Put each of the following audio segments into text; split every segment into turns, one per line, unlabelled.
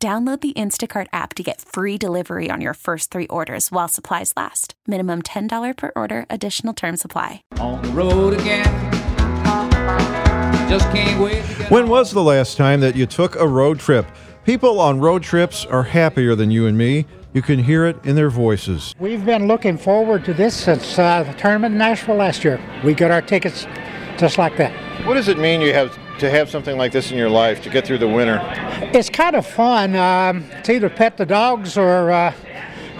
Download the Instacart app to get free delivery on your first three orders while supplies last. Minimum $10 per order, additional term supply.
on the road again. Just can't wait. To get
When was the last time that you took a road trip? People on road trips are happier than you and me. You can hear it in their voices.
We've been looking forward to this since uh, the tournament in Nashville last year. We got our tickets just like that.
What does it mean you have to have something like this in your life to get through the winter?
It's kind of fun. Um, it's either pet the dogs or uh,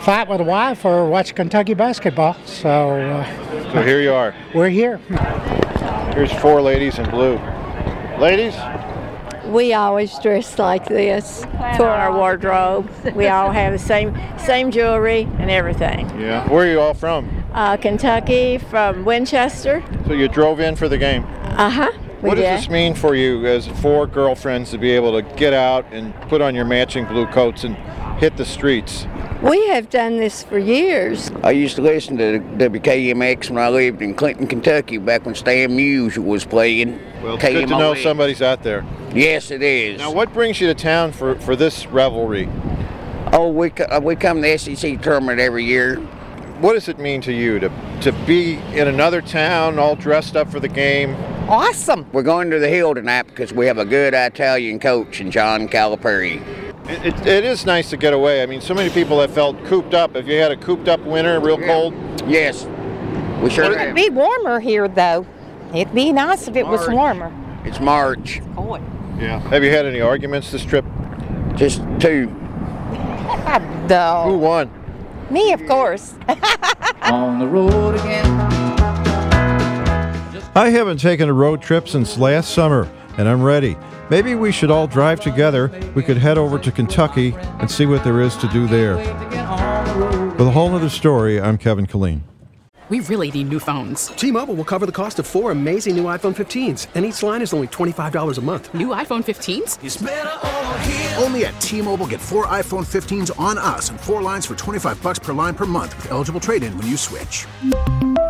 fight with the wife or watch Kentucky basketball. So uh,
So here you are.
we're here.
Here's four ladies in blue. Ladies,
We always dress like this for our wardrobe. We all have the same same jewelry and everything.
yeah. Where are you all from?
Uh, Kentucky from Winchester.
So you drove in for the game.
Uh huh. We
What
did.
does this mean for you as four girlfriends to be able to get out and put on your matching blue coats and hit the streets?
We have done this for years.
I used to listen to WKMX when I lived in Clinton, Kentucky, back when Stan Musial was playing.
Well, it's good to know
KMOX.
somebody's out there.
Yes, it is.
Now, what brings you to town for, for this revelry?
Oh, we, co- uh, we come to the SEC tournament every year.
What does it mean to you to, to be in another town all dressed up for the game?
Awesome. We're going to the Hill tonight because we have a good Italian coach in John Calipari.
It, it, it is nice to get away. I mean, so many people have felt cooped up. Have you had a cooped up winter, real cold?
Yes, we sure have.
be warmer here though. It'd be nice if it was
March.
warmer.
It's March.
Yeah. Have you had any arguments this trip?
Just two.
I,
Who
though.
won?
Me, of course.
on the road again.
I haven't taken a road trip since last summer, and I'm ready. Maybe we should all drive together. We could head over to Kentucky and see what there is to do there.
Wait to get on the road.
With a whole other story, I'm Kevin Killeen.
We really need new phones.
T-Mobile will cover the cost of four amazing new iPhone 15s, and each line is only $25 a month.
New iPhone 15s?
Only at T-Mobile get four iPhone 15s on us and four lines for 25 bucks per line per month with eligible trade-in when you switch.